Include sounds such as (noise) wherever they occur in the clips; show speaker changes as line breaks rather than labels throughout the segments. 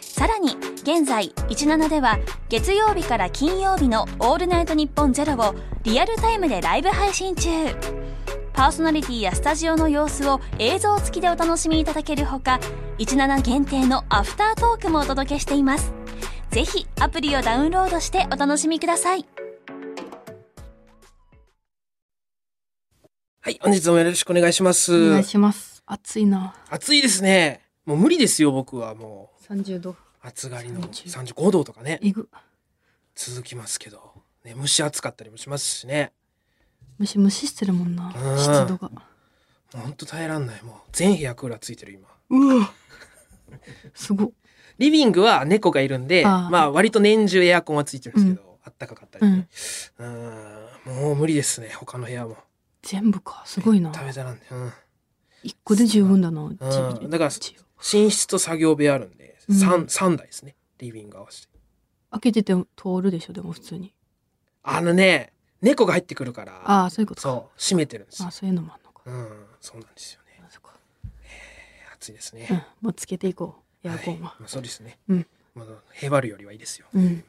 さらに現在17では月曜日から金曜日の「オールナイトニッポンゼロをリアルタイムでライブ配信中パーソナリティやスタジオの様子を映像付きでお楽しみいただけるほか17限定のアフタートークもお届けしていますぜひアプリをダウンロードしてお楽しみください
はい、本日もよろしくお願いします。
お願いします。暑いな。
暑いですね。もう無理ですよ、僕はも
三十度。
う。暑がりの
30
35度とかね、
えぐ。
続きますけど。ね、蒸し暑かったりもしますしね。
ムシムシしてるもんな
う。ん
湿度が。
もうほんと耐えらんない。もう全部屋クーラーついてる今。
うわ。すごっ。
リビングは猫がいるんで、
あー
まあ割と年中エアコンはついてるんですけど、あったかかったりね。うーん、もう無理ですね、他の部屋も。
全部か。すごいな。
食べたらんで。うん。
一個で十分だな。
うんだから
ち
寝室と作業部屋あるんで、
うん
三三台ですね。リビング合わせて。
開けてて通るでしょ。でも普通に。
あのね、猫が入ってくるから、
ああ、そういうことか。
そう、閉めてるんです
あ
よ
あ、。そういうのもあんのか。
うん、そうなんですよね。
そっか
暑いです
うん
ね。。
もうつけていこう。エアコン
はい
は。
まあそうですね。
うん
まあへばるよりはいいですよ。
うん。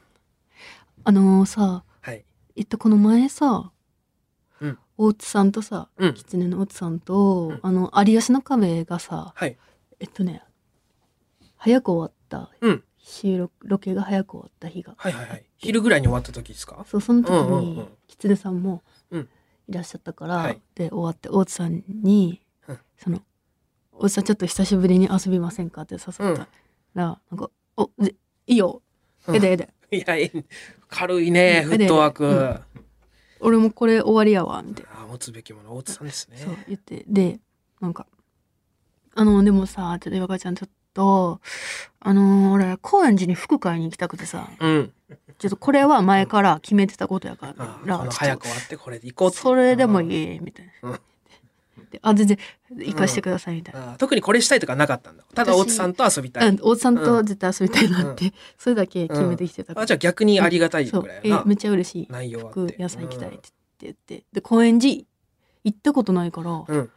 あのーさ、
はい。
えっとこの前さ
うん。
大津さんとさ、
うん。
狐の大津さん
う
と
ん、
あの、有吉の壁がさ、
はい。
えっとね、早く終わった
うん。
収録、ロケが早く終わった日が。
はいはいはい。昼ぐらいに終わった時ですか。
そう、その時
うんうんう
に
ん、
きつねさんも
うん
いらっしゃったから、
はい
で、終わって、大津さんに、
うん
その、大津さんちょっと久しぶりに遊びませんかって誘った
う
ら、
ん
なんか、お、でいいよ。
うん
えでえで。
いや、え軽いね、
うん
フットワーク。
うん
あ
俺もこれ終わりやわ、みたいな。
あ、持つべきもの、大津さんですね。
そう言って、で、なんか、あの、でもさ、ちょっと岩川ちゃんちょっと、あの俺、高円寺に服買いに行きたくてさ、
うん。
ちょっとこれは前から決めてたことやから、
ああ、
ら
この
ちょ
早
っ
く終わって、これで行ことう。
それでも
い。
いいみたいな。
うん
であ全然行かしてくださいみたいな。
ああ特にこれしたいとかなかったんだ。ただ
私
大津さんと遊びた
うん
い。
大津さんと絶対遊びたいなって、それだけ決めてきてたから。
あ、じゃあ逆にありがたい
そう
ぐらい
え
やな
めっ。ちゃ嬉しい。
内容はあって
服野菜行きたいって言ってで高円寺行ったことないから、
うん。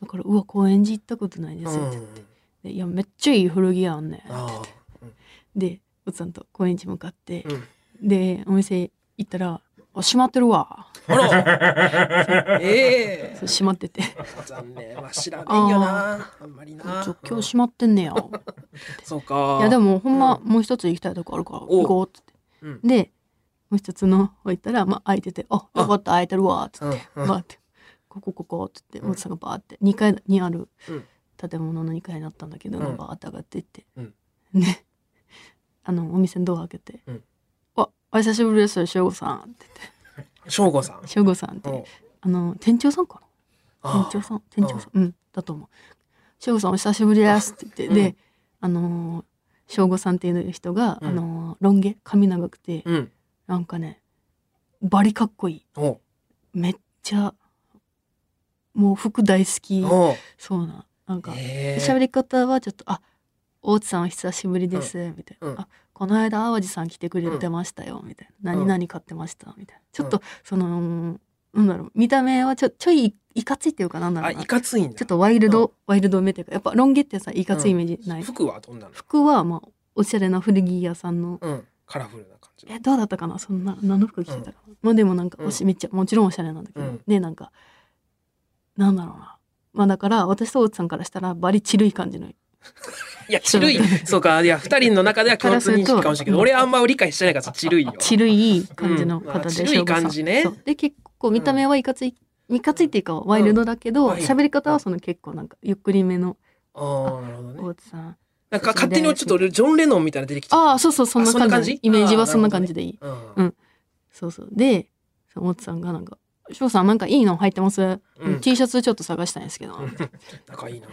だからうわ高円寺行ったことないで
う
すって言っ
ん
て、。でいやめっちゃいい古着屋あんねんって言
あ
っ
あ
て。で大津さんと高円寺向かって、
うん。
でお店行ったら「あ閉まってるわ
あら。
(laughs)
え」え
そう。閉まってて。
残念。まあ、知らないよな。あんまりな。
今日閉まってんねや。
そうか。
いやでもほんま
う
もう一つ行きたいとこあるから
お
行こうって
うん、
言ってでもう一つの方行ったらまあ空いてて「あ
あ
よかった空いてるわ」っつ
う
っ
ん、
て
うん
バーって「ここここ」っつって
うん
大津さんがバーって2階にある
うん
建物の2階になったんだけど
うん
バーって上がっていって
うん
で (laughs) あのお店のドア開けて
うん
「わお久しぶりですよ省吾さん」って
省吾さん
言って。省吾さんっていうあの店長さんかな店長さん店長さんうんだと思う「省吾さんお久しぶりです」って言って
う
であのー省吾さんっていう人が、
うん
あのーロン毛髪長くて、
うん。
なんかねバリかっこいい
おう
めっちゃもう服大好き
おう。
そうななんか
え
喋、り方はちょっと「あ大津さんお久しぶりです」みたいな
う
「
ん
あこの間淡路さん来てくれてましたよ」みたいな「
うん
何々買ってました」みたいなちょっと、
う
そのなんだろう見た目はちょちょいいかついっていうかなんだろ
あ、
うない
かついんだ。
ちょっとワイルド、ワイルドめっていうかやっぱロン毛ってさいかついイメージない、
服はどんなの
服はまあおしゃれな古着屋さんの、
うん。カラフルな感じの。
えどうだったかなそんな何の服着てたかな、まあでもなんかおし、めっちゃもちろんおしゃれなんだけど、
うん
でなんかなんだろうなまあだから私と大津さんからしたらバリチルい感じの
いや、ちるい。そうか。いや、二人の中では共通認識かもしれないけど、俺はあんま理解してないからさ、ちるいよ。
チルい感じの
うんあ
方で、
チルい
翔吾さん
感じね
そうで結構見た目はいかつい、いかついっていうかワイルドだけ
う
ど
ん
喋、り方はその結構なんかゆっくりめの
ああ、なるほどね。
大津さん、
なんか勝手にちょっと俺、ジョン・レノンみたいなの出てきちゃった
ああそうそうそんな
あそんな
感
感
じ
じ
イメージ
あ
は
ー
そんな感じでいい
うん
そうそう。で、そのおっさんがなんか、翔さんなんかいいの入ってます、
うん
?T シャツちょっと探したいんですけど、
うん (laughs) 仲いいな。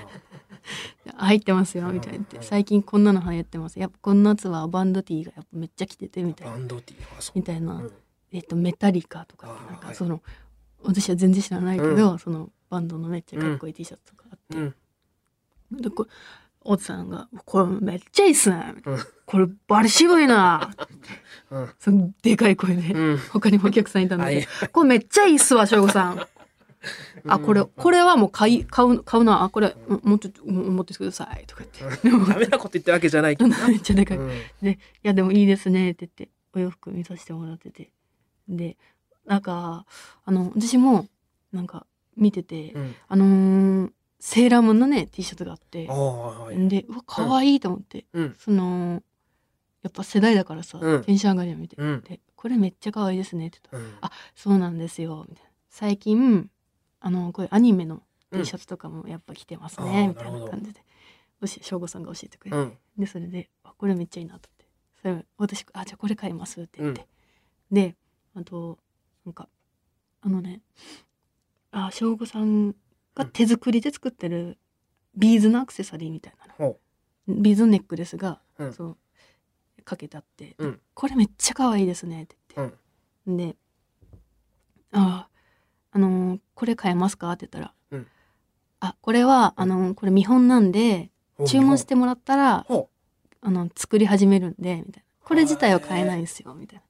入ってますよ、
うん
みたいな言って、
うん
最近こんなの流行ってます。やっぱこの夏はバンド T がやっぱめっちゃ着てて、みたい
バ
な。
ンドティーはそう
み。たいな
うん
えっと、メタリカとか
あー
なん
は
か
い
その、私は全然知らないけど、そのバンドのめっちゃかっこいい T シャツとかあって、
うん。
でこおっさんが「これめっちゃいいっすね
うん」
これバリ渋いな」 (laughs)
うん。
そのでかい声で、
うん。
他にもお客さんいたんだ
はい
けど「これめっちゃいいっすわ省吾さん」あこれこれはもう買い買う買うなあこれうんもうちょっとうん持ってきてください」とか言って。 (laughs)
ダメなこと言ってるわけじゃないけどな。
めっちゃでかい、
うん。
で「いやでもいいですね」って言ってお洋服見させてもらっててでなんかあの私もなんか見てて、
うん。
あのーセーラームーンのね T シャツがあって
ああ、はい。
でうわ可愛いと思って、
うん
そのやっぱ世代だからさ、
うん
テンション上がりを見て、
うん。
で「これめっちゃ可愛いですね」って言ったら
うん
あ「そうなんですよ」みたいな最近あのこういうアニメの
うん
T シャツとかもやっぱ着てます
あ
ね、
ー
みたい
なるほ
な
ど
感じで教え省吾さんが教えてくれて、
うん。
でそれで「あこれめっちゃいいな」と思ってそれ私「あじゃあこれ買います」って言って、であとなんかあのねあ省吾さんが手作りで作ってるビーズのアクセサリーみたいなの
ほ、
ビーズのネックレスが、
うん
そうかけてあって、
うん
これめっちゃ可愛いですね」って
う
言って、
ん。
で「ああのーこれ買えますか?」って言ったら「
うん
あこれはあのーこれ見本なんで
ほう
注文し。てもらったら
ほ
あの作り始めるんでみたいなこれ自体は買えないんですよみたい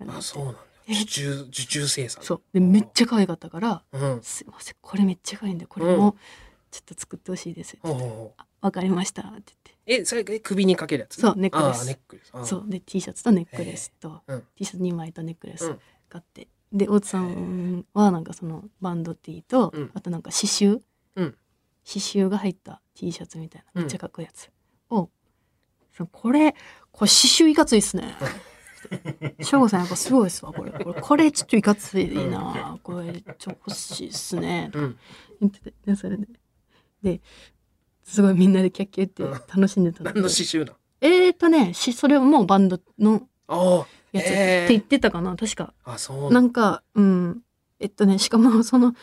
う。
な
あ、そうなんだ。
え
受注、受注生産。
そうでめっちゃ可愛かったから
うん。
「すいませんこれめっちゃ可愛いんでこれ
うん
もちょっと作ってほしいです」
ほうほうほう
あわかりました」って
え、それえ首にかけるやつ
そうネックレス
ああ、ネックレス。あ
言
あ
ってそうで T シャツとネックレスと
うん
T シャツ2枚とネックレ
う
ス
ん
買ってで大津さんはなんかそのバンド T と
うん
あとなんか刺繍
うん
刺繍が入った T シャツみたいなめっち
う
ゃ
ん
かっこいいやつをそうこれこれ刺繍いかついっ
(laughs)
すね省吾さんやっぱすごいっすわこれこれこれちょっといかついなこれちょっと欲しいっすね
うん。
言っててでそれでですごいみんなでキャッキャって楽しんでたんだ
何
け
の
ど
刺繍なん
えーとねしそれはもうバンドの
あ
やつっ
へー
て言ってたかな確か
あ。あ、そう
なんんかうんえっとねしかも (laughs) その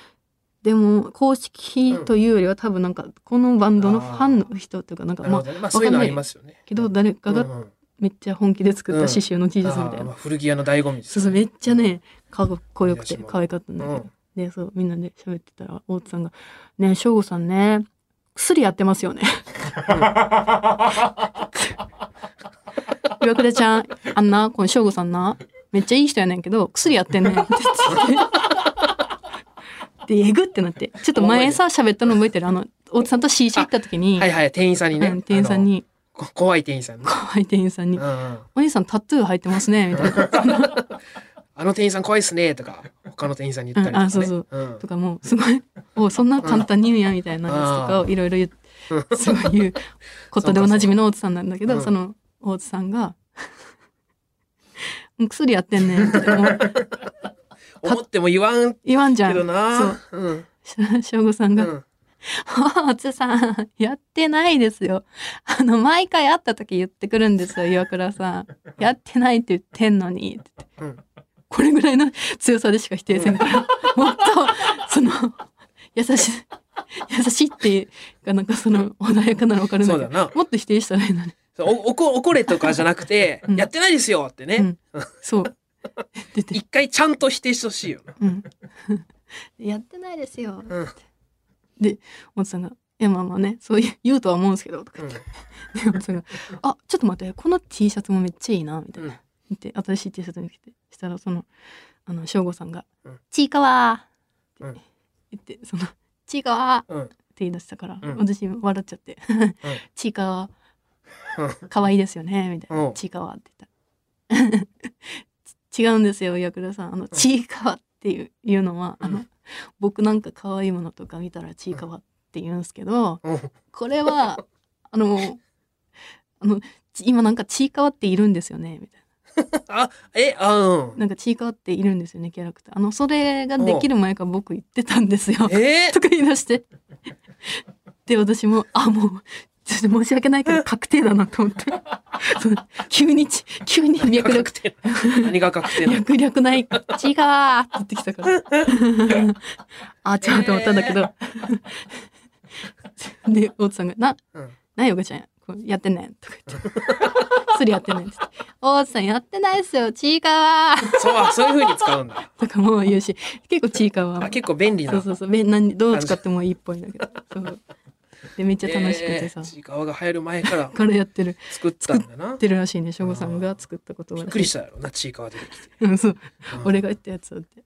でも公式というよりは多分なんかこのバンドのファンの人というかなんか
なる
ま
ほ
あ
どねまあ、そういうのあ
わかんない
りますよね。
けど誰か
うん
が
うん
めっちゃ本気で作った刺繍の T シャツみた
ああ
い
まあ
な
古着屋の醍醐味です
そうそうめっちゃねかっこよくて
いいですね
可愛かったんだけ
う
ど
ん
でそうみんなで喋ってたら大津さんが「ねえ省吾さんね薬やってますよね」岩倉ちゃんあんなこの省吾さんなめっちゃいい人やねんけど薬やって
(laughs)
んねんって言ってでえぐってなってちょっと前さ喋ったの覚えてるあの大津さんと CC 行った時に、
はいはい、店員さんにね
うん。店員さんに
あの。こ怖い店員さんね。
怖い店員さん
う
に
んうん
「お兄さんタトゥー入ってますね」みたいな
あの店員さん怖いっすねとか、他の店員さんに言ったりとか、ね。
うんあそうそう
うん
とかもすごい「おそんな簡単に言うんや」みたいなやつとかをいろいろ言って。そういうことでおなじみの大津さんなんだけ
う
ど、
ん
その大津さんが、 (laughs) 薬やってんねんって思う
思っても言わん
言わんじゃ
け
ん。そ
ど
う
な。。うん。
し省吾さん
う
が、
ん。
大津さん、やってないですよ。あの、毎回会った時言ってくるんですよ、岩倉さん。やってないって言ってんのに。
うん。
これぐらいの強さでしか否定せんから、もっと、その、優しい、優しいっていうか、なんかその、穏やかなの分かるんだ
そう
け
だ
ど、
な。
もっと否定したらいいのに。
そうおおこ怒れとかじゃなくて、
うん
やってないですよってね。
そう。出て
一回ちゃんと否定してほしいよな。
うん、やってないですよ
うん。
おじさんが「いやまあまあねそういう言うとは思うんですけど」とか
う
言
ん
って、でおじさんが「あちょっと待ってこの T シャツもめっちゃいいな」みたいな、で新しい T シャツ見つけてしたらそのあの省吾さんが
うん
「ちいかわ」って
うん
言って、その「ちいかわ」って
うん。
言い出したから、
うん
私笑っちゃって「 (laughs) ちいかわ
うん
かわいいですよね」みたい
うん
な「ちいかわ」って言ったら (laughs) ち違うんですよ岩倉さんあの「ちいかわ」っていういうのは、あ
う
の僕なんか可愛いものとか見たら「ちいかわ」って言うんですけど
うん。
これはあのあのち今なんか「ちいかわ」っているんですよねみたい
あ、え、あ、うん
な。なんか「ちいかわ」っているんですよねキャラクターあのそれができる前から僕言ってたんですよ
え
とか言い出してで私もあもうちょっと申し訳ないけど確定だなと思ってそう急にち急に
ー、
脈
確
絡
定な。何が確定なの
脈略ない「違う!」って言ってきたから (laughs) あ違 (laughs) うと思ったんだけど、で大津さんが「な
うん
なよがちゃんここうやってねんとか
(laughs)
言って。すりやってないっつって。おうさんやってないっすよ。ちいかわー。
そうあそういう風に使うん
(laughs)
だ
とかも言うし、結構ちいかわ
あ
ー。
結構便利な
そうそうそう。べ何どう使ってもいいっぽいんだけど。そう。でめっちゃ楽しくてさ。
えーちいかわが流行る前から
からやってる。や
作ったんだな
ってるらしいね。しょさんが作ったこと
び
は。
っくりしたやろなちいかわ出てきて、
うんそう。
うん
俺が言ったやつだって。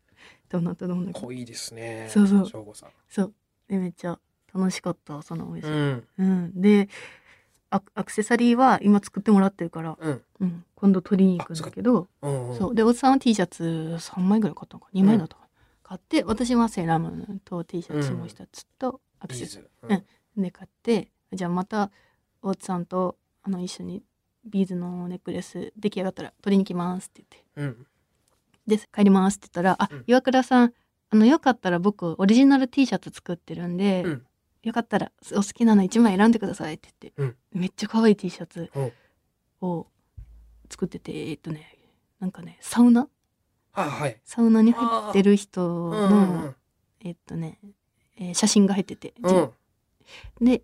どうなったどうなった。
濃いですね
そうそう
しょうごさん
そう。でめっちゃ楽しかったそのお店。
うん
うん、でアクアクセサリーは今作ってもらってるから、
うん
うん、今度取りに行くんだけど
うん
そううんでおじさんは T シャツ3枚ぐらい買ったのか2枚だとか、買って私はセーラームーンと T シャツもう一つとアク
ビ
セ
ー
サ
ズ
うんリーで買ってじゃあまたおじさんとあの一緒にビーズのネックレス出来上がったら取りに来ますって言
うんうん
ってで帰りますって言ったら「あ
うん
岩倉さんあのよかったら僕オリジナル T シャツ作ってるんで、
うん
よかったらお好きなの1枚選んでくださいって言って、めっちゃ可愛い T シャツ
うん
を作っててえっとねなんかねサウナ
あはい
サウナに入ってる人
うん
の、
うん
えっとね、えー写真が入ってて、
うんうん
で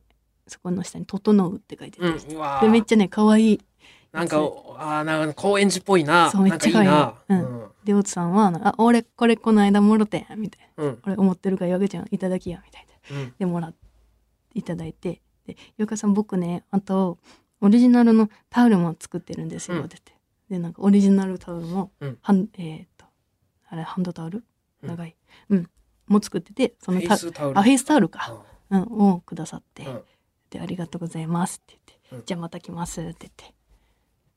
そこの下に「整う」って書いてて、
うんうわー
でめっちゃね可愛い
なんかあーなんか高円寺っぽいな
そうめっちゃ可愛い
なんかいいな
うでおつさんは「あ俺これこの間もろてん」みたいな
うんうん
「俺思ってるからよけちゃんいただきや」みたいな
うん
でもらっていただいて「でよかさん僕ねあとオリジナルのタオルも作ってるんですよ」
うん
って言って、でなんかオリジナルタオルも、
うん
ハンえーっとあれハンドタオル
うん
長い、うんも作っててそ
フ
の
ェ
タ
イスタオル
あフェイスタオルか、
あ
うんをくださって、
うん
で「ありがとうございます」って言って「
うん
じゃあまた来ます」って言って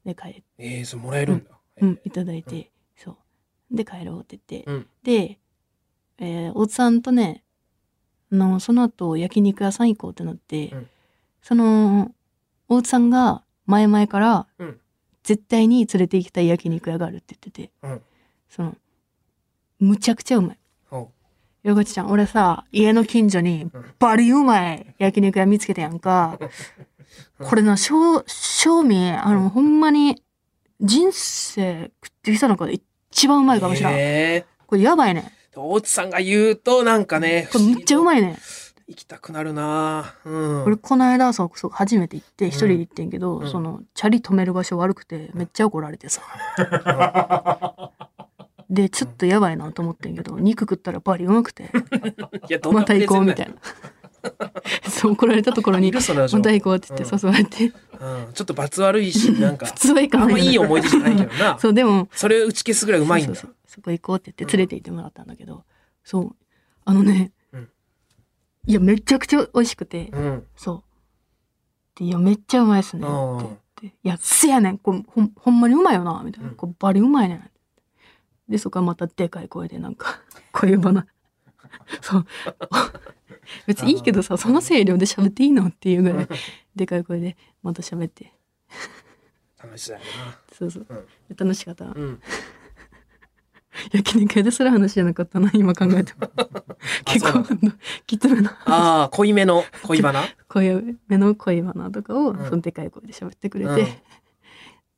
で帰って、
えーそれもらえるんだ
うん、いただいて、そうで帰ろうって言って、
うん
で、えー、おっさんとねあのその後焼肉屋さん行こうってなって、
うん
その大津さんが前々から
うん
絶対に連れて行きたい焼肉屋があるって言ってて、
うん
そのむちゃくちゃうまい
お
よがちちゃん俺さ家の近所に
うん
バリうまい焼肉屋見つけたやんか
うん
これな正正味あのほんまに人生食ってきた中で一番うまいかもしれん、
え
これやばいね
ー大津さんが言うとなんかね
これむっちゃう
い
まいね
行きたくなるなうん
俺この間そうそう初めて行って
ん
一人で行ってんけど、
うん
そのチャリ止める場所悪くてめっちゃ怒られ
(laughs)
てさでちょっとやばいなと思ってんけど肉食ったらバリうまくて
いやどんな
また行こう
(laughs)
みたいなそう怒られたところ
い
に
るそのラジオ
また行こうって言って誘われて、
うんちょっと罰悪いし
(laughs)
なんか
普通はいか
あ
なんい
まいい思い出じゃないけどな
(laughs) そうでも
それを打ち消すぐらいうまいんだ
そうそうそうそこ行こうって言って連れて行ってもらったんだけど、そうあのね、
うん
いやめちゃくちゃ美味しくて、
うん
そうでいやめっちゃうまいっすねって
うん
言っていやせやねんこうほんほんまにうまいよなみたいな、
うん
こうバリうまいねんでそこからまたでかい声でなんか (laughs) 恋バナそう別にいいけどさその声量で喋っていいのっていうぐらいでかい声でまた喋って
楽しそうや
そうそう、
うん
楽しかった、
なうん
焼肉屋ですら話じゃなかったな今考えても (laughs) 結
そうな
構
んだ
あのきつめな
ああ濃いめの恋バナ
恋目の恋バナとかを、
ん
そのでかい声で喋ってくれて、
うん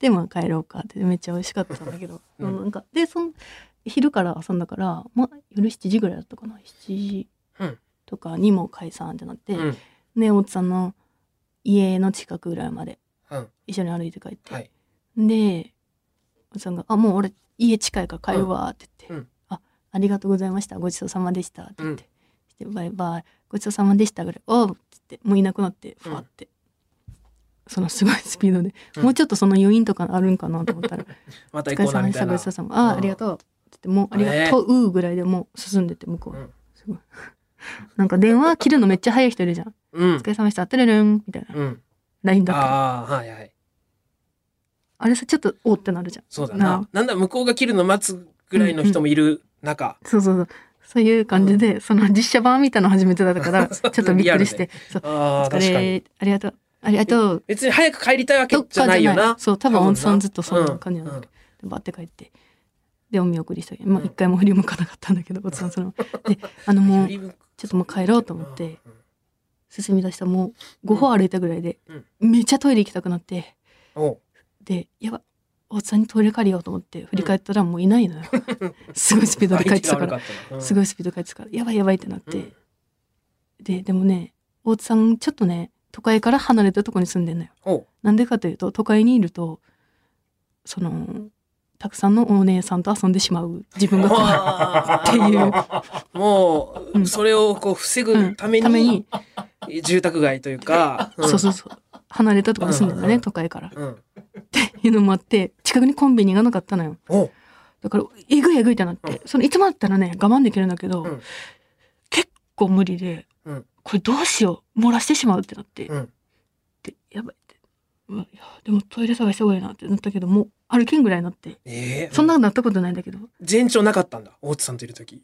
でまあ帰ろうかってめっちゃ美味しかったんだけど、
うん
そのなんかでその昼から遊んだから、まあ、夜7時ぐらいだったかな7時
うん
とかにもう解散ってなって、
うん
で大津さんの家の近くぐらいまで
うん
一緒に歩いて帰って、
はい
でおじさんが「あもう俺家近いから帰るわ」って言って「
うんうん
あありがとうございましたごちそうさまでした」って言って「してバイバイごちそうさまでした」ぐらい「おう」っつってもういなくなってふわって、そのすごいスピードで、
うん
もうちょっとその余韻とかあるんかなと
(laughs)
思ったら「
ま
お
た
疲
行
れ
こうな
様で
み
した
い
た
な
ごちそうさまああ
うん
ありがとう」って言ってもう「ありがとう」ぐらいでもう進んでって向こう、
うん
すごい (laughs) なんか電話切るのめっちゃ早い人いるじゃん「
う
お
ん
疲れ様でした」「てれるん」みたいな
うん
LINE だったらあ
ああはいはい
れさちょっと「お」ってなるじゃん
そうだ
な
な
あ
なんだ向こうが切るの待つぐらいの人もいる中
そうそうそう。そういう感じで、その実写版みたいなの初めてだったから、 (laughs) ちょっとびっくりして、そう、お
ああ
疲
確かに
れ、ありがとう、ありがとう、
別に早く帰りたいわけ
と
じゃ
か
ない
じ
よ
ゃない
な。
そう、多分
多分な
おんさんずっとそんな感じなんだけど、でバッて帰って、で、お見送りしたけど、まあ
うん
一回も振り向かなかったんだけど、おっさんその、で、あの (laughs) もう、ちょっともう帰ろうと思って進み出したもう5歩歩いたぐらいで
うん、
めっちゃトイレ行きたくなって、
うん。おう
で、やば、おっさんにトイレ借りようと思って、振り返ったらもういないのよ。 (laughs) すごいスピードで帰 (laughs) ってたから。す
い。
ごいスピードで帰ってたから、やばいやばいってなっ
う
て
ん、
ででもね大津さんちょっとね都会から離れたとこに住んでんのよ。
おう
なんでかというと都会にいるとそのたくさんのお姉さんと遊んでしまう自分が来ないっていう
う。 (laughs) も
う
う、
ん
それをこう防
うん
ぐため
ため
に、(laughs)
に、
住宅街というか、
(laughs) そうそううそう離れたとこに住んでんだね、
うん
都会からっ
ん。うん。
ていうのもあって近くにコンビニがなかったのよ
おう
だからえぐいえぐいってなって、そのいつもだったらね我慢できるんだけど、
うん
結構無理で、
うん
これどうしよう漏らしてしまうってなって、
うん。
でやばいってうわいやでもトイレ探した方がいいなってなったけどもう歩けんぐらいになって
ええ
そんな。なったことないんだけど
前兆なかったんだ。大津さんといるとき。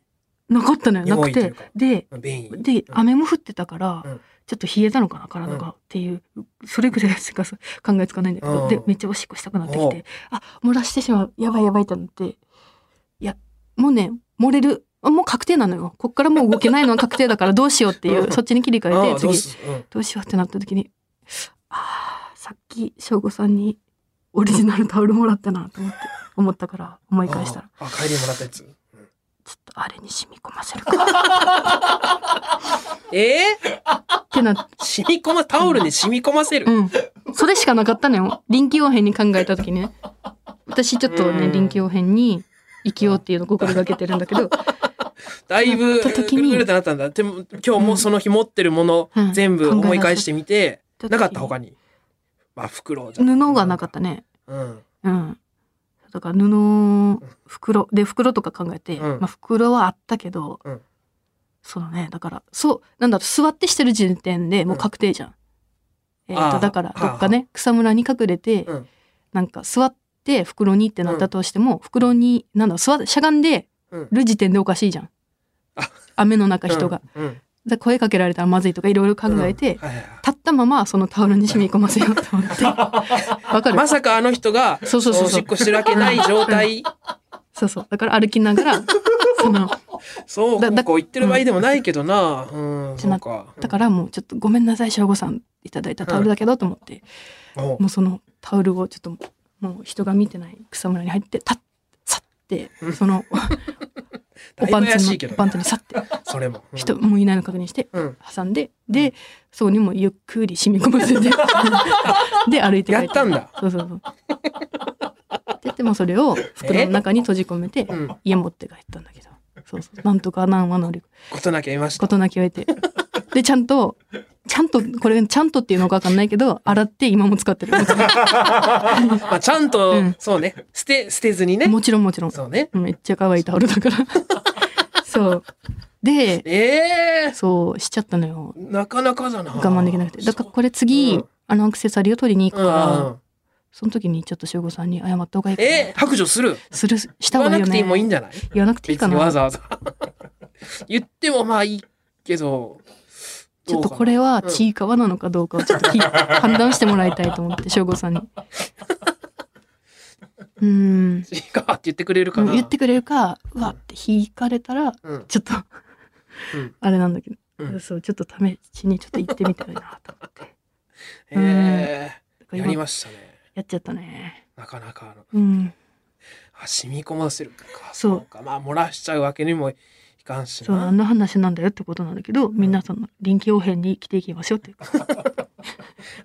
なかったのよな
匂
く
いとい
て
うか
で
便意。
で
うん
雨も降ってたから、
うん
ちょっと冷えたのかな体
うん
がっていう、それぐらいしかそう考えつかないんだけど、
うん
でめっちゃおしっこしたくなってき
おう
てあ漏らしてしまうやばいやばいと思っていやもうね漏れるあもう確定なのよこっからもう動けないのは確定
(laughs)
だからどうしようっていう
うん
そっちに切り替
あ
え
あ
て
どう
次
すうん
どうしようってなった時にあーさっき省吾さんにオリジナルタオルもらったなと思って思ったから思い返したら
ああ帰りにもらったやつ。うん
ちょっとあれに染み込ませるかっ
ええ
てなって。
染み込ま、タオルに染み込ませる。
うん。それしかなかったのよ。臨機応変に考えた時ね。私ちょっと
う
ね、
ん
臨機応変に生きようっていうのを心がけてるんだけど、
だいぶ、
なった時に
ぐるぐるってなったんだ。でも、今日もその日持ってるもの
う、ん
全部思い返してみて、
うん
なかった他に。まあ、袋じゃ
布がなかったね。
うん。
うん。だから布、袋、で、袋とか考えて、
うん
まあ袋はあったけど、
うん
そのね、だから、そう、なんだろう座ってしてる時点でもう確定じゃん。えっ、
あ
と、
ー
だから、どっかね、草むらに隠れて、
うん
なんか座って袋にってなったとしても、袋に、なんだろう座って、しゃがんで、
うん。
る時点でおかしいじゃん
あ。
雨の中人が。
うん。うん。
で声かけられたらまずいとかいろいろ考えて、
うんはいはいはい
立ったままそのタオルに染み込ませようと思って。わかる
まさかあの人が、
そうそうそうそう
おしっこしてるわけない状態、
そうそう。だから歩き
(laughs)
ながら、その、
そう、
だだ
こう言ってる場合でもないけどな。うん、
じゃ
そ
な
うか。
だからもうちょっとごめんなさい、省吾さんいただいたタオルだけどと思って、
ら、おう
もうそのタオルをちょっともう人が見てない草むらに入って、たっ、さって、その、お
(laughs) だい
パン
ぶ怪し
ツ
いけ
の、
ど
パン
ね、
ツにさって、
それも。うん
人もういないの確認して、
うん。
挟んで、で、そこにもゆっくり染み込ませ
(laughs)
て、で、歩いて帰
や
っ。
ってたんだ。
そうそうそう。で、でもそれを袋の中に閉じ込めて
うん、
家持って帰ったんだけど。そうそう。なんとか難は乗り、
ことなきゃいました。
ことなきを得て。で、ちゃんと、ちゃんと、これ、ちゃんとっていうのかわかんないけど、洗って今も使ってる。もちろ
まあ、ちゃんと、
うん
そうね。捨て、捨てずにね
ん、。もちろん。もちろん
そうね。
めっちゃ可愛いタオルだ
(laughs)
から。そう。で、
ええ
そう、しちゃったのよ。
なかなかだな。
我慢できなくて。だからこれ
う
次
ん、
あのアクセサリーを取りに行く
うん
か
う
ら、
ん。
その時にちょっとしおさんに謝った方がいいかな。
え白状する
する、した
言
方
わ
が
な
い
い
よ
くて
ね。
もいいんじゃない
言わなくていい
別
か
に
な。
わざわざ。 (laughs) 言ってもまあいいけど。
ちょっと
どうかな
これは
うん
ちいかわなのかどうかをちょっと
(laughs)
き判断してもらいたいと思って、省吾さんに。うーん。
いいかって言ってくれるかな。
言ってくれるか、うわって引かれたら、
うん。
ちょっと
うん、
あれなんだけど、
うん
そう、ちょっと試しにちょっと行ってみたいなと思って。
え
だ
え
から
や
今
りましたね。
やっちゃったね。
なかなかあの、
うん。
あ染み込ませるか。
そう
そうか。まあ、漏らしちゃうわけにもいかんし
そう、あ
な。
んな話なんだよってことなんだけど、みんなその臨機応変に生きていきましょうっていうか。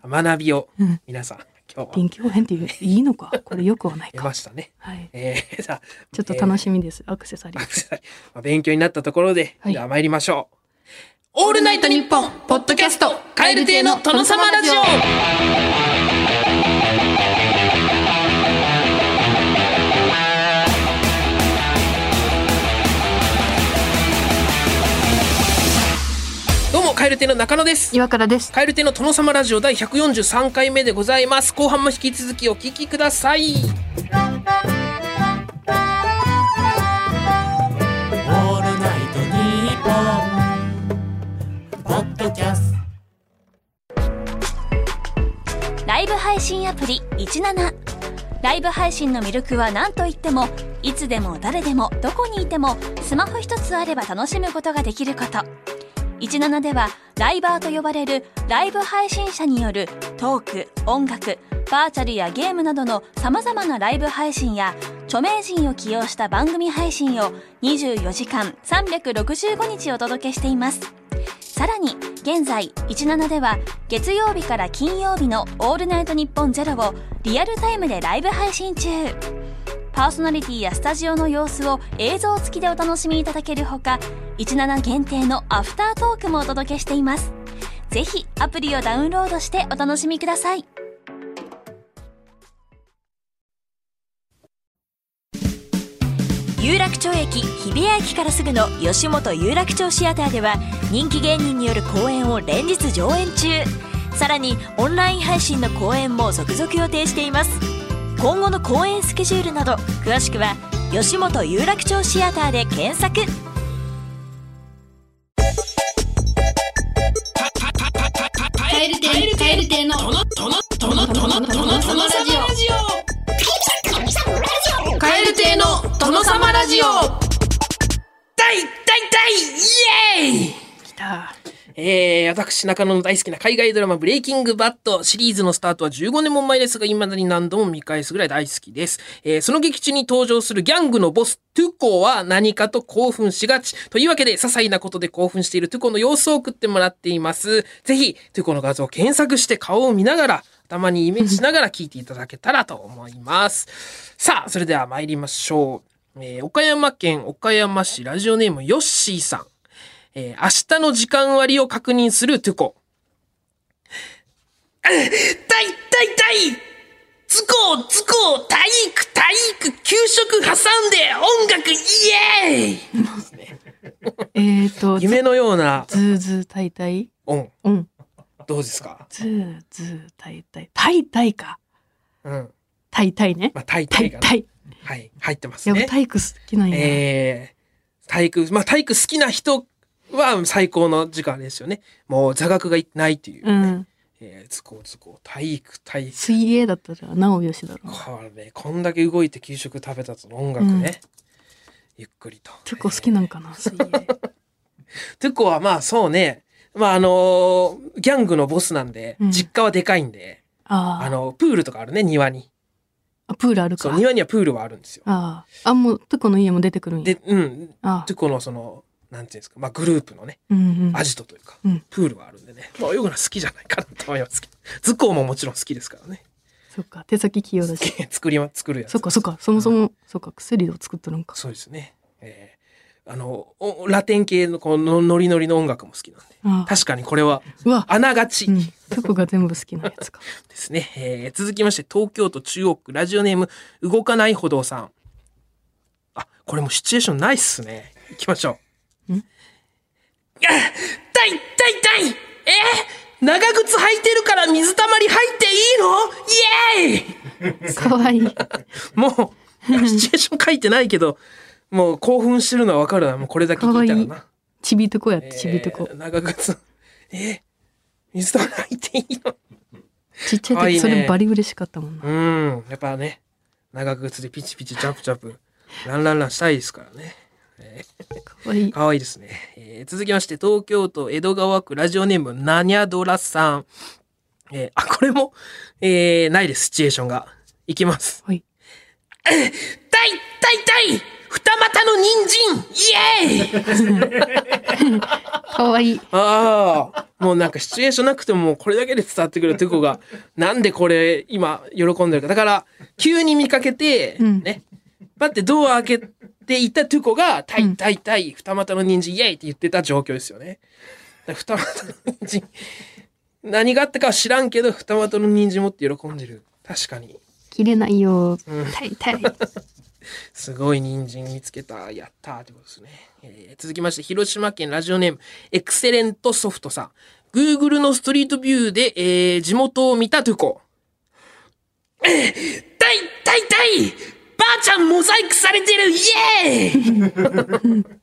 学びを
うん、
皆さん、今日は
臨機応変っていう、いいのかこれよくはない
得
か
ま。したね。
はい。
ええじゃあ、
ちょっと楽しみです、アクセサリー。
(laughs) まあ勉強になったところで、
はい
では参りましょう。オールナイトニッポンポッドキャスト、カエル亭の殿様ラジオ。どうも、カエル亭の中野です。
岩倉です。
カエル亭の殿様ラジオ第143回目でございます。後半も引き続きお聞きください。
オールナイトニッポン」ポッドキャスト
ライブ配信アプリ17ライブ配信の魅力は何といってもいつでも誰でもどこにいてもスマホ一つあれば楽しむことができること17ではライバーと呼ばれるライブ配信者によるトーク音楽バーチャルやゲームなどのさまざまなライブ配信や著名人を起用した番組配信を24時間365日お届けしています。さらに現在17では月曜日から金曜日の「オールナイトニッポンゼロをリアルタイムでライブ配信中パーソナリティやスタジオの様子を映像付きでお楽しみいただけるほか17限定のアフタートークもお届けしていますぜひアプリをダウンロードしてお楽しみください有楽町駅日比谷駅からすぐの吉本有楽町シアターでは人気芸人による公演を連日上演中さらにオンライン配信の公演も続々予定しています今後の公演スケジュールなど詳しくは吉本有楽町シアターで検索
カエル亭カエル亭のトノトノトノトノトノトノラジオカエル亭の殿様ラジオ
大大大イエーイ
きた
えー、私、中野の大好きな海外ドラマ、ブレイキングバットシリーズのスタートは15年も前ですが、未だに何度も見返すぐらい大好きです。えー、その劇中に登場するギャングのボス、トゥコは何かと興奮しがち。というわけで、些細なことで興奮しているトゥコの様子を送ってもらっています。ぜひ、トゥコの画像を検索して顔を見ながら、頭にイメージしながら聞いていただけたらと思います。さあ、それでは参りましょう。えー、岡山県岡山市ラジオネームヨッシーさん。えー明日の時間割を確認するトゥコ。あ大大大図工図工体育体育給食挟んで音楽イエーイ
えーと
夢のような
ズーズータイタイ
音、
うん
どうですか
ズーズータイタイタイタイか
うん。
タイタイね
まあ、体
タ
体
イ
がね、
タイ
はい、入ってます
やっ
ね
ぱ。体育好きなんや、
えー、体育、まあ、体育好きな人は最高の時間ですよね。もう座学がないという、
う
ね
ん
えー図工図工体育体育。
水泳だったらなおよしだろう
これ、こんだけ動いて給食食べたとの音楽ね。ゆっくりと。
結構好きなんかな水泳
トゥコはまあそうね。まああのーギャングのボスなんで、
うん
実家はでかいんで、
あー
あの、プールとかあるね、庭に。
あプールある
そ
か
う、庭にはプールはあるんですよ。
あああもうトゥコの家も出てくるんや
で、うん、
あ
トゥコのその、なんていうんですか、まあグループのね、
うんうん
アジトというか、
うん
プールはあるんでね。まあ泳ぐのは好きじゃないかなと思いますけど。図工ももちろん好きですからね。 (laughs)
そっか手先器用だし
作りま、作るやつ。
そっかそっかそもそもそっか薬を作っとるんか
そうですね。えーあの、おラテン系のこのノリノリの音楽も好きなんで。
ああ
確かにこれは、
うわ
あながち
うんトゥコが全部好きなや
(laughs)
つか
ですね。えー続きまして、東京都中央区、ラジオネーム、動かない歩道さん。あ、これもうシチュエーションないっすね。行きましょう。
ん
あ、痛い痛い痛いえー長靴履いてるから水たまり入っていいのイエーイ
かわいい
もう、シチュエーション書いてないけど、もう興奮してるのはわかるな。もうこれだけ聞いたら
か
な。
ちびトコやっ
え
て
ー
ちびトコ、
長靴。えー水たまり入っていいの
ちっち
かわ
ゃい
いい
時
ね
それバリ嬉しかったもんな、
うん、やっぱね、長靴でピチピチジャンプジャンプ、ランランランしたいですからね。
かわいい
可愛いですね。えー続きまして、東京都江戸川区ラジオネーム、ナニャドラさん。えーあ、これも、えーないです、シチュエーションが。いきます。
はい
大大大二股の人参イエーイ
かわいい
ああ、もうなんかシチュエーションなくてももうこれだけで伝わってくるトゥコが、なんでこれ今喜んでるか。だから、急に見かけて、
うん
ね、パってドア開けていたトゥコが、タイタイタイ、二股の人参イエイって言ってた状況ですよね。だから二股の人参、何があったかは知らんけど、二股の人参持って喜んでる。確かに。
切れないよ
うん
タイタイ
すごい人参見つけた。やったーってことですね、えー続きまして、広島県ラジオネーム、エクセレントソフトさん。Google のストリートビューで、えー地元を見たトゥコ。えー、大大大ばあちゃんモザイクされてるイエーイ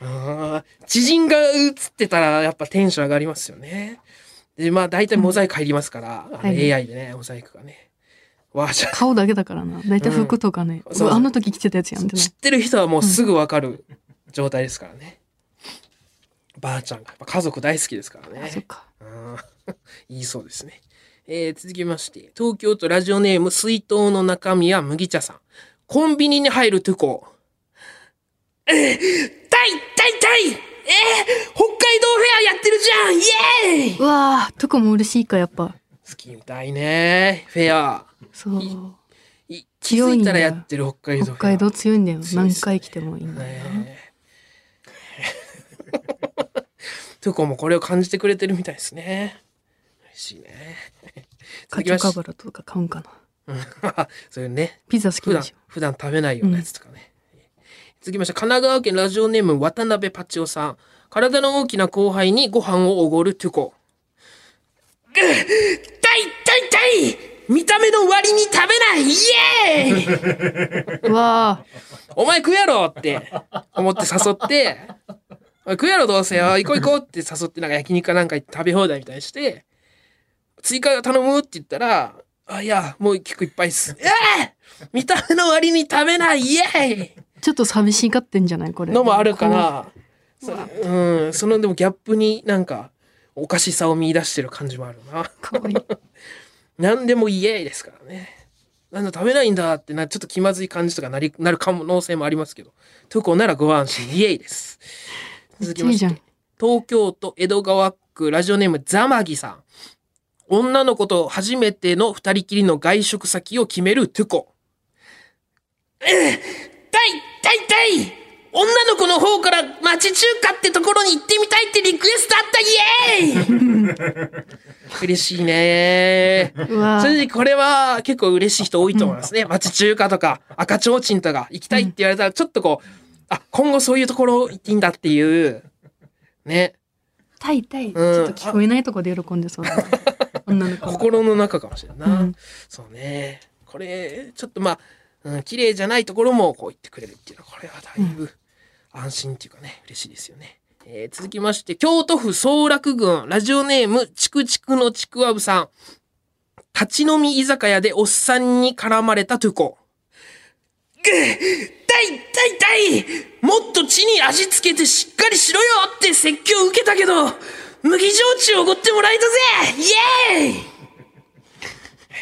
あー知人が映ってたらやっぱテンション上がりますよね。で、まあ大体モザイク入りますから、あの
はい
AI でね、モザイクがね。わあ、じゃあ
顔だけだからなだいたい服とかね、
うんそう
あの時着てたやつやんってな
知ってる人はもうすぐわかる状態ですからね、ばあちゃんがやっぱ家族大好きですから
あそっ
ね
か
うん (laughs) 言いそうですね、えー続きまして東京都ラジオネーム水筒の中身は麦茶さんコンビニに入るトゥコえー、たいたいたい北海道フェアやってるじゃんイエーイ
うわーとかも嬉しいかやっぱ
好きみたいね。フェア。
そう
い気づいたらやってる北海道フェ
北
ア。
海道強いんだよ
強いっ
何
すね
回来てもいいんだよな
ねえトゥコもこれを感じてくれてるみたいですね。嬉しいね。 (laughs) 続
カ
き
チ
ま
ョ
し
カバラとか買うんか
う
な
んそういうね、
ピザ好き
普
で
段
しょ、
普段食べないようなやつとかね。続きまして、神奈川県ラジオネーム渡辺パチオさん。体の大きな後輩にご飯をおごるトゥコ。 (laughs) ぐっ痛い痛い痛い見た目の割に食べないイエーイ
うわー
お前食うやろって思って誘って、お前食うやろどうせよ、行こう行こうって誘って、なんか焼肉かなんか行って食べ放題みたいにして、追加頼むって言ったら、あ、いや、もう結構いっぱいっす。ええ見た目の割に食べないイエーイ
ちょっと寂しがってんじゃないこれ
のもあるから、そうん、そのでもギャップになんか、おかしさを見出してる感じもあるな。
かわいい
何でもイエーイですからね。なんだ食べないんだってな、ちょっと気まずい感じとかなり、なる可能性もありますけど。トコならご安心、イエーイです。
めっ
続
ち
き
ゃい
ま
いじ
し
ゃ
て
ん、
東京都江戸川区ラジオネームザマギさん。女の子と初めての二人きりの外食先を決めるトゥコ。ええ痛い痛い痛い女の子の方から町中華ってところに行ってみたいってリクエストあったイエー
(laughs)
イ嬉しいね
うわー
それでこれは結構嬉しい人多いと思いますね。町中華とか赤ちょうちんとか行きたいって言われたらちょっとこう、あ、今後そういうところ行っていいんだっていう、ね、
痛い痛い、ちょっと聞こえないとこで喜ん
(laughs)
でそうだな女の子が
心の中かもしれんな。
うん
そうね。これ、ちょっとまあ、うん、綺麗じゃないところもこう言ってくれるっていうのは、これはだいぶ安心っていうかね、嬉しいですよね。えー続きまして、京都府総楽郡、ラジオネーム、ちくちくのちくわぶさん。立ち飲み居酒屋でおっさんに絡まれたトゥコ。ぐっ痛い痛い痛いもっと地に味付けてしっかりしろよって説教受けたけど、麦焼酎おごってもらえたぜイエーイ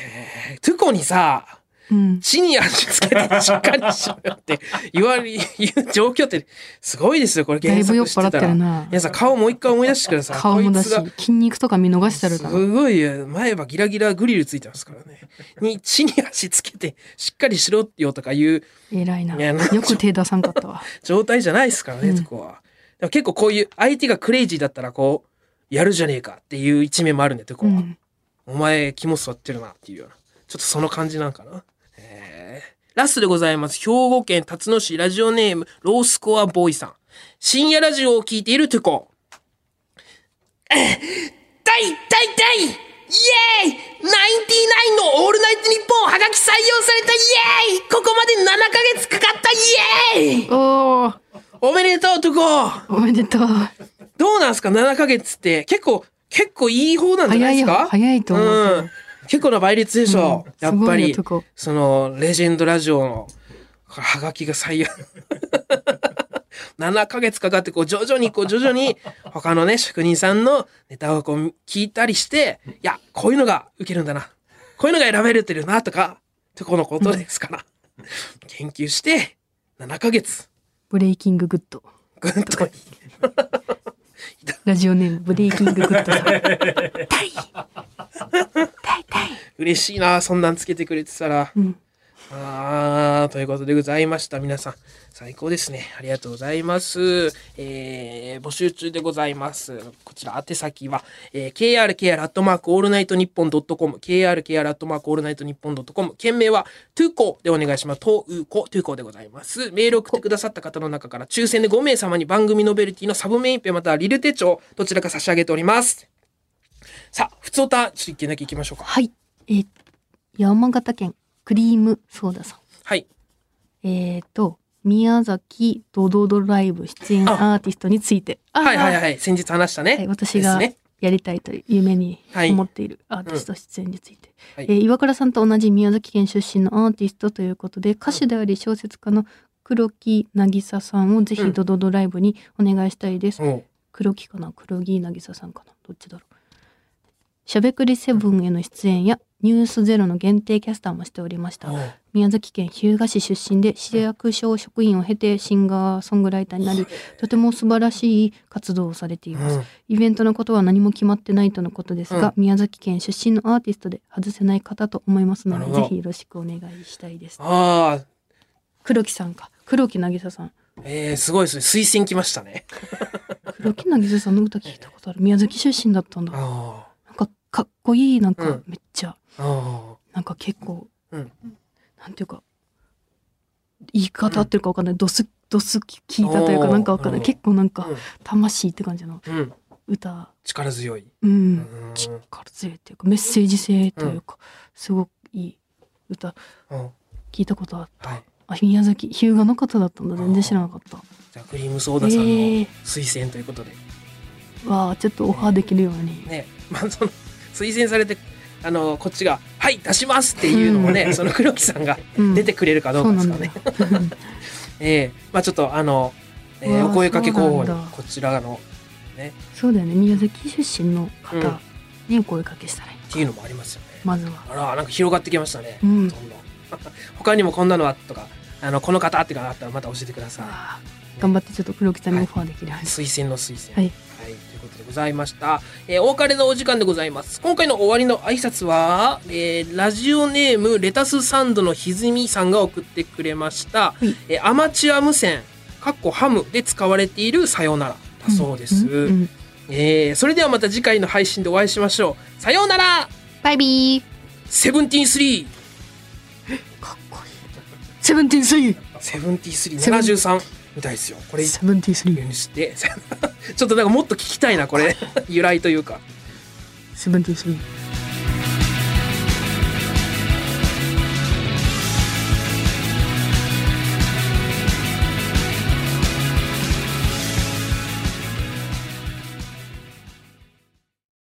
えートゥコにさ、
うん
地に味付けてしっかりしろよって言われ、言う状況ってすごいですよ、これ
だ
原
いぶ酔
作
っ
して
払ったてる
ら。
な
皆さん顔もう一回思い出してください。
顔もだし
こいつが
筋肉とか見逃したる
す
だろ
ごいよ前歯ギラギラグリルついてますからね。に、地に足つけてしっかりしろよとかいう
偉いない
やなんか
よく手出さんかったわ
状態じゃないですからね、
うん
そこは。でも結構こういう相手がクレイジーだったらこう、やるじゃねえかっていう一面もあるんで、とこ
う
は。
ん
お前、肝座ってるなっていうような。ちょっとその感じなんかな。えーラストでございます。兵庫県辰野市ラジオネーム、ロースコアボーイさん。深夜ラジオを聞いているトゥコ。 (laughs) 痛い痛い痛いイエーイ !99 のオールナイトニッポンはがき採用されたイエーイここまで7ヶ月かかったイエーイ
おー
おめでとうトゥコ
おめでとう
どうなんすか ?7 ヶ月って結構、結構いい方なんじゃな
早
いで
い
す
よ
か
早いと思うけど
ん、結構な倍率でしょ、
うん
やっぱ
すごい
り
よとこ
そのレジェンドラジオのハガキが (laughs) 最悪7ヶ月かかってこう徐々にこう徐々
(laughs)
に他のね職人さんのネタをこう聞いたりしていやこういうのがウケるんだなこういうのが選べれてるなとかってこのことですから研究して7ヶ月
ブレイキンググッド
ぐっと
ラジオネームブレイキンググッ
(laughs)
ドさん
嬉しいなそんなんつけてくれてたら。
うん
あーということでございました。皆さん、最高ですね。ありがとうございます。えー、募集中でございます。こちら、宛先は、えー、krkr.allnightnippon.com、krkr.allnightnippon.com、件名は、トゥコでお願いします。トゥーコ、トゥコでございます。メールを送ってくださった方の中から、抽選で5名様に番組ノベルティのサブメインペまたはリル手帳、どちらか差し上げております。さあ、普通歌、ちょっと一件だけ行きましょうか。
はいえー山形県クリームソーダさん
はい。
えーと宮崎ドドドライブ出演アーティストについてあー
はいはいはい。先日話したね。
はい私
です
が
ね
やりたいという夢に
はい
思っているアーティスト出演について、
はい
えー岩倉さんと同じ宮崎県出身のアーティストということで歌手であり小説家の黒木渚さんをぜ
うん
ひドドドライブにお願いしたいです、
うん
黒木かな黒木渚さんかなどっちだろうしゃべくりセブンへの出演やニュースゼロの限定キャスターもしておりました
お。う
宮崎県日向市出身で市役所職員を経てシンガーソングライターになりとても素晴らしい活動をされています、
うん
イベントのことは何も決まってないとのことですが、宮崎県出身のアーティストで外せない方と思いますの
なる
で
ほど
ぜひよろしくお願いしたいです
ああ、
黒木さんか黒木渚さん
えー、すごいですね。推薦来ましたね。
黒木渚さんの歌聞いたことある宮崎出身だったんだ
あ
なんかかっこいいなん
う
か
ん
めっちゃ、
あ、あ
なんか結構、
うん
なんていうか言い方合ってるかわかんない、ドスドス聞いたというか
おー
なんかわかんない
うん
結構なん
あ
か、魂って感じの
うん、うん、
歌、
力強い。
う、
うんん、
力強いっていうかメッセージ性というか、すごくいい歌
うん、
聞いたことある
はい。
あ宮崎日向の方だったんだ全然知らなかった
じゃあクリームソーダさんの推薦ということで、
わあちょっとオファーできるように、
ね、まあその推薦されてあのこっちがはい出しますっていうのもね、その黒木さんが
うん
出てくれるかどう
そ
か
う
で
な
す
ん
か
だ
らね。
よ
ええまあちょっとあの、えー
うわー
お声かけ候補
そ
に
うなんだ
こちらの
(laughs) そうだよね宮崎出身の
うん
方にお声かけしたらいい、
っていうのもありますよね。
まずは
あらなんか広がってきましたね。
うん
どんどん他にもこんなのあとかあのこの方っていうのがあったらまた教えてください。
あー頑張ってちょっと黒木さんにオファーできるように
推薦の推薦。
はい
ということでございました。えーお別れのお時間でございます。今回の終わりの挨拶は、えーラジオネームレタスサンドのひずみさんが送ってくれました。
い
えーアマチュア無線、かっこハムで使われているさよならだそうです、
うんうん
えーそれではまた次回の配信でお会いしましょう。さようなら
バイビー
セブンティーンスリー
かっこいいセブンティーンスリー
セブンティーンスリー73みたいですよ。これ
セブンティーンスリー
に (laughs) して、ちょっとなんかもっと聞きたいな、これ。由来というか。
セブンティーンスリー